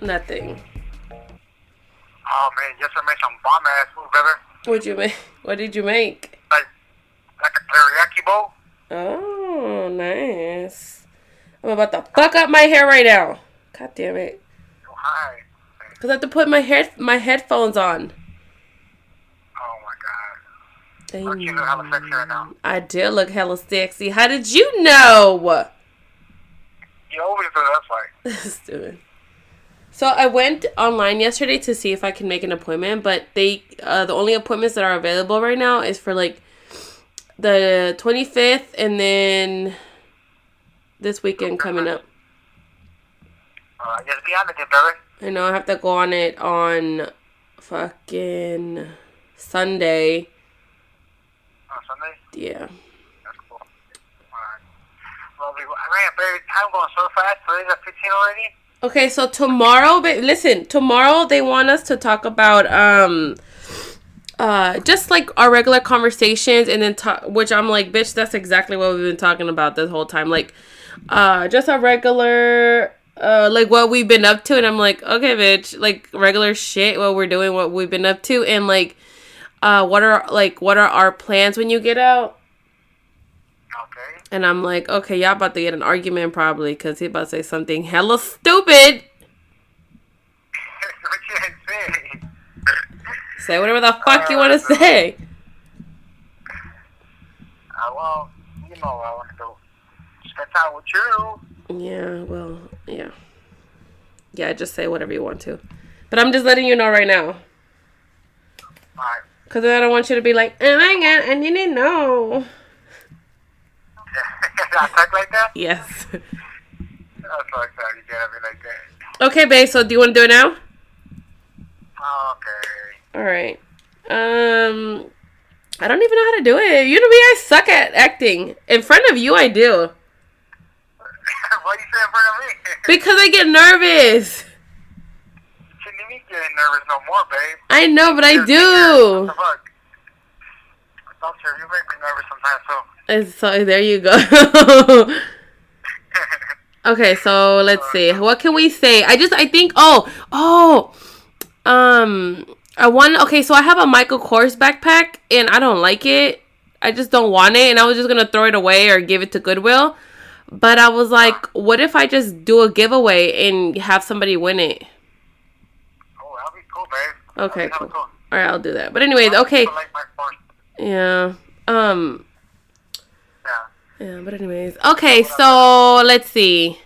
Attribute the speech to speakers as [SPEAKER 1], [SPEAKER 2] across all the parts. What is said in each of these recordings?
[SPEAKER 1] Nothing.
[SPEAKER 2] Oh man, yesterday I made some bomb ass food, brother.
[SPEAKER 1] What you make? What did you make?
[SPEAKER 2] Like, like a teriyaki bowl.
[SPEAKER 1] Oh, nice. I'm about to fuck up my hair right now. God damn it.
[SPEAKER 2] Oh, hi.
[SPEAKER 1] Cause I have to put my hair my headphones on.
[SPEAKER 2] Oh my god. Aren't you
[SPEAKER 1] Dang.
[SPEAKER 2] look hella sexy right now?
[SPEAKER 1] I did look hella sexy. How did you know?
[SPEAKER 2] You always do that, like.
[SPEAKER 1] Stupid. So I went online yesterday to see if I can make an appointment, but they uh, the only appointments that are available right now is for like the 25th and then this weekend coming up.
[SPEAKER 2] Uh, just be honest, with me, brother.
[SPEAKER 1] I know I have to go on it on fucking Sunday.
[SPEAKER 2] On Sunday.
[SPEAKER 1] Yeah.
[SPEAKER 2] That's cool. Alright. Well, we, man, baby, time going so fast. Today's at 15 already.
[SPEAKER 1] Okay, so tomorrow, ba- listen, tomorrow they want us to talk about um uh just like our regular conversations and then talk which I'm like, bitch, that's exactly what we've been talking about this whole time. Like uh just our regular uh like what we've been up to and I'm like, okay, bitch, like regular shit, what we're doing, what we've been up to and like uh what are like what are our plans when you get out?
[SPEAKER 2] Okay.
[SPEAKER 1] And I'm like, okay, y'all about to get an argument probably because he about to say something hella stupid.
[SPEAKER 2] what you had said.
[SPEAKER 1] Say whatever the fuck you want to say.
[SPEAKER 2] Uh, well, you know what I want to do. Spend time with you.
[SPEAKER 1] Yeah, well, yeah. Yeah, just say whatever you want to. But I'm just letting you know right now.
[SPEAKER 2] Alright.
[SPEAKER 1] Because I don't want you to be like, oh my god, I didn't know.
[SPEAKER 2] I talk like that? Oh,
[SPEAKER 1] Yes.
[SPEAKER 2] I talk like that. You can't have me like that.
[SPEAKER 1] Okay, babe, so do you want to do it now?
[SPEAKER 2] Oh, Okay.
[SPEAKER 1] All right. Um, I don't even know how to do it. You know me, I suck at acting. In front of you, I do.
[SPEAKER 2] what you say in front of me?
[SPEAKER 1] Because I get nervous.
[SPEAKER 2] Shouldn't even be getting nervous no more, babe.
[SPEAKER 1] I know, but I
[SPEAKER 2] What
[SPEAKER 1] do.
[SPEAKER 2] the fuck? Don't you, you make me nervous sometimes, so.
[SPEAKER 1] And So there you go. Okay, so let's see. What can we say? I just I think oh oh um I want okay, so I have a Michael Kors backpack and I don't like it. I just don't want it and I was just gonna throw it away or give it to Goodwill. But I was like, what if I just do a giveaway and have somebody win it?
[SPEAKER 2] oh, that'll be cool, babe.
[SPEAKER 1] Okay,
[SPEAKER 2] That'll be
[SPEAKER 1] cool. All
[SPEAKER 2] hella
[SPEAKER 1] right, I'll do that. But anyways,
[SPEAKER 2] cool.
[SPEAKER 1] okay.
[SPEAKER 2] I like my force.
[SPEAKER 1] Yeah. Um
[SPEAKER 2] Yeah.
[SPEAKER 1] Yeah, but anyways. Okay, so let's see.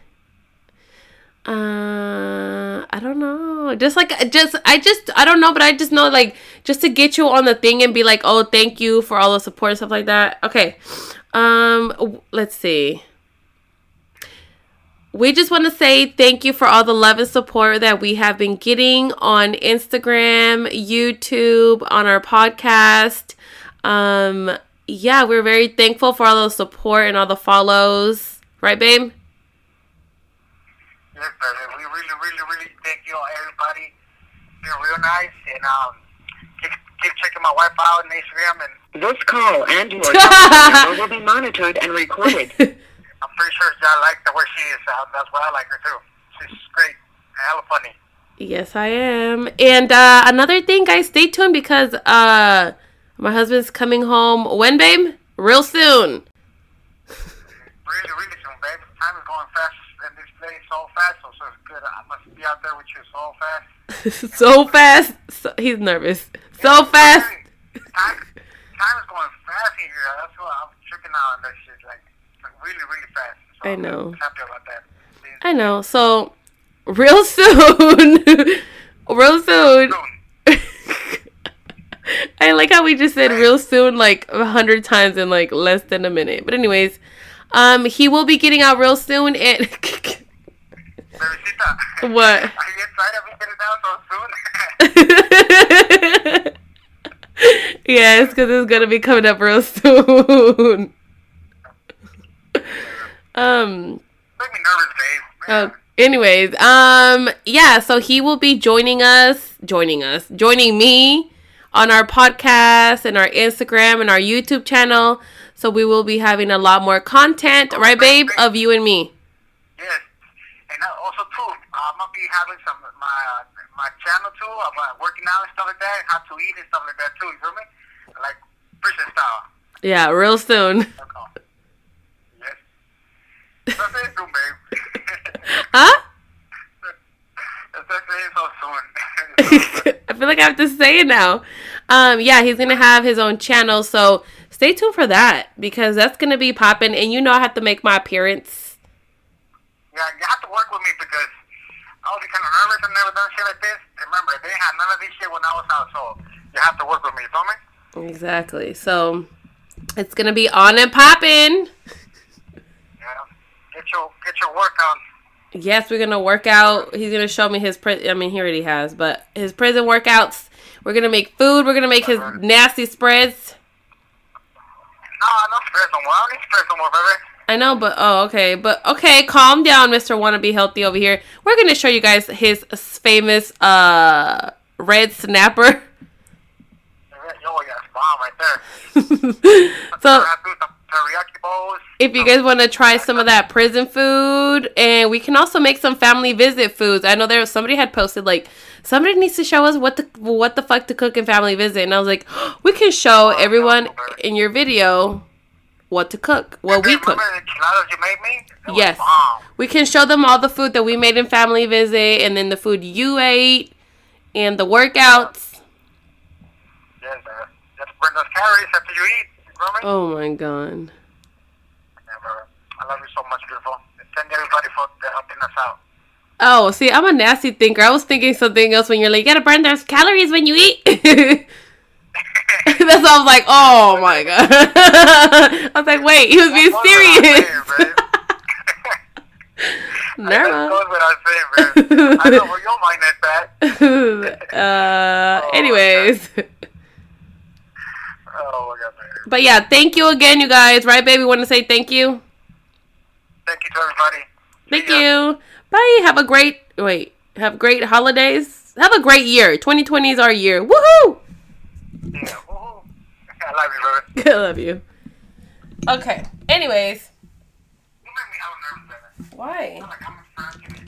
[SPEAKER 1] Uh, I don't know. Just like just I just I don't know, but I just know like just to get you on the thing and be like, "Oh, thank you for all the support and stuff like that." Okay. Um w- let's see. We just want to say thank you for all the love and support that we have been getting on Instagram, YouTube, on our podcast. Um, yeah, we're very thankful for all the support and all the follows. Right, babe?
[SPEAKER 2] Yes, brother. We really, really, really thank you, everybody. You're real nice, and um, keep, keep checking my wife out on Instagram, and
[SPEAKER 3] This call and your number will be monitored and recorded.
[SPEAKER 2] I'm pretty sure I like the way she is. Uh, that's why I like her too. She's great, hella funny.
[SPEAKER 1] Yes, I am. And uh, another thing, guys, stay tuned because uh, my husband's coming home. When, babe? Real soon.
[SPEAKER 2] Really, really soon, babe. Time is going fast in this place so fast, so, so it's good. I must be out there with you so fast.
[SPEAKER 1] so fast. So, he's nervous. So fast.
[SPEAKER 2] Time, time is going fast in here. That's why I'm tripping out on that shit. Like, like really, really fast. So
[SPEAKER 1] I know.
[SPEAKER 2] I'm happy about that.
[SPEAKER 1] I know. So, real soon. real soon.
[SPEAKER 2] Soon.
[SPEAKER 1] I like how we just said real soon like a hundred times in like less than a minute. But anyways, um, he will be getting out real soon. And
[SPEAKER 2] Bebecita. Are
[SPEAKER 1] What?
[SPEAKER 2] you excited to be getting out so soon?
[SPEAKER 1] yes, because it's gonna be coming up real soon. um.
[SPEAKER 2] Make me nervous, babe.
[SPEAKER 1] Oh, anyways, um, yeah, so he will be joining us, joining us, joining me on our podcast and our Instagram and our YouTube channel. So we will be having a lot more content, right, babe, of you and me.
[SPEAKER 2] Yes. And uh, also, too, um, gonna be having some my uh, my channel too about working out and stuff like that, how to eat and stuff like that too. You feel me? Like prison style.
[SPEAKER 1] Yeah, real soon.
[SPEAKER 2] Okay. Yes. That's it, soon, babe.
[SPEAKER 1] Huh?
[SPEAKER 2] That's it, so soon.
[SPEAKER 1] I feel like I have to say it now. Um, yeah, he's gonna have his own channel, so stay tuned for that because that's gonna be popping. And you know, I have to make my appearance.
[SPEAKER 2] yeah, you have to work with me because I was kind of nervous. I've never done shit like this. Remember, they had none of this shit when I was out, so you have to work with me. You feel me?
[SPEAKER 1] Exactly. So it's gonna be on and popping.
[SPEAKER 2] Yeah. Get your get your work on.
[SPEAKER 1] Yes, we're gonna work out. He's gonna show me his prison. I mean, he already has, but his prison workouts. We're gonna make food. We're gonna make his nasty spreads.
[SPEAKER 2] No, I don't stress no more. I don't need stress no more, baby.
[SPEAKER 1] I know, but oh, okay, but okay, calm down, Mister Wanna Be Healthy over here. We're gonna show you guys his famous uh red snapper.
[SPEAKER 2] Yo, yes, bomb right there.
[SPEAKER 1] so
[SPEAKER 2] I do some teriyaki bowls.
[SPEAKER 1] if you guys want to try some of that prison food and we can also make some family visit foods i know there was somebody had posted like somebody needs to show us what the what the fuck to cook in family visit and i was like we can show everyone in your video what to cook what we cook
[SPEAKER 2] Remember the enchiladas you made me? It was
[SPEAKER 1] yes
[SPEAKER 2] bomb.
[SPEAKER 1] we can show them all the food that we made in family visit and then the food you ate and the workouts
[SPEAKER 2] Yes, uh, just burn those calories after you eat. You feel me?
[SPEAKER 1] oh my god
[SPEAKER 2] Yeah, baby. I love you so much, beautiful. Thank everybody for uh, helping us out.
[SPEAKER 1] oh see i'm a nasty thinker i was thinking something else when you're like you gotta burn those calories when you eat That's why I was like, oh my god. I was like, wait, he was being
[SPEAKER 2] Goes without
[SPEAKER 1] serious.
[SPEAKER 2] saying, babe.
[SPEAKER 1] Never
[SPEAKER 2] That
[SPEAKER 1] mind.
[SPEAKER 2] goes without saying, babe. I know where your mind is at.
[SPEAKER 1] uh, anyways.
[SPEAKER 2] Oh, my God, babe.
[SPEAKER 1] But yeah, thank you again, you guys. Right, baby? Want to say thank you?
[SPEAKER 2] Thank you to everybody.
[SPEAKER 1] Thank
[SPEAKER 2] See ya.
[SPEAKER 1] you. Bye. Have a great, wait, have great holidays. Have a great year. 2020 is our year. Woohoo!
[SPEAKER 2] Yeah. Woo-hoo. I love you, baby.
[SPEAKER 1] I love you. Okay. Anyways.
[SPEAKER 2] You make me hella nervous, baby.
[SPEAKER 1] Why?
[SPEAKER 2] Like, I'm a friend.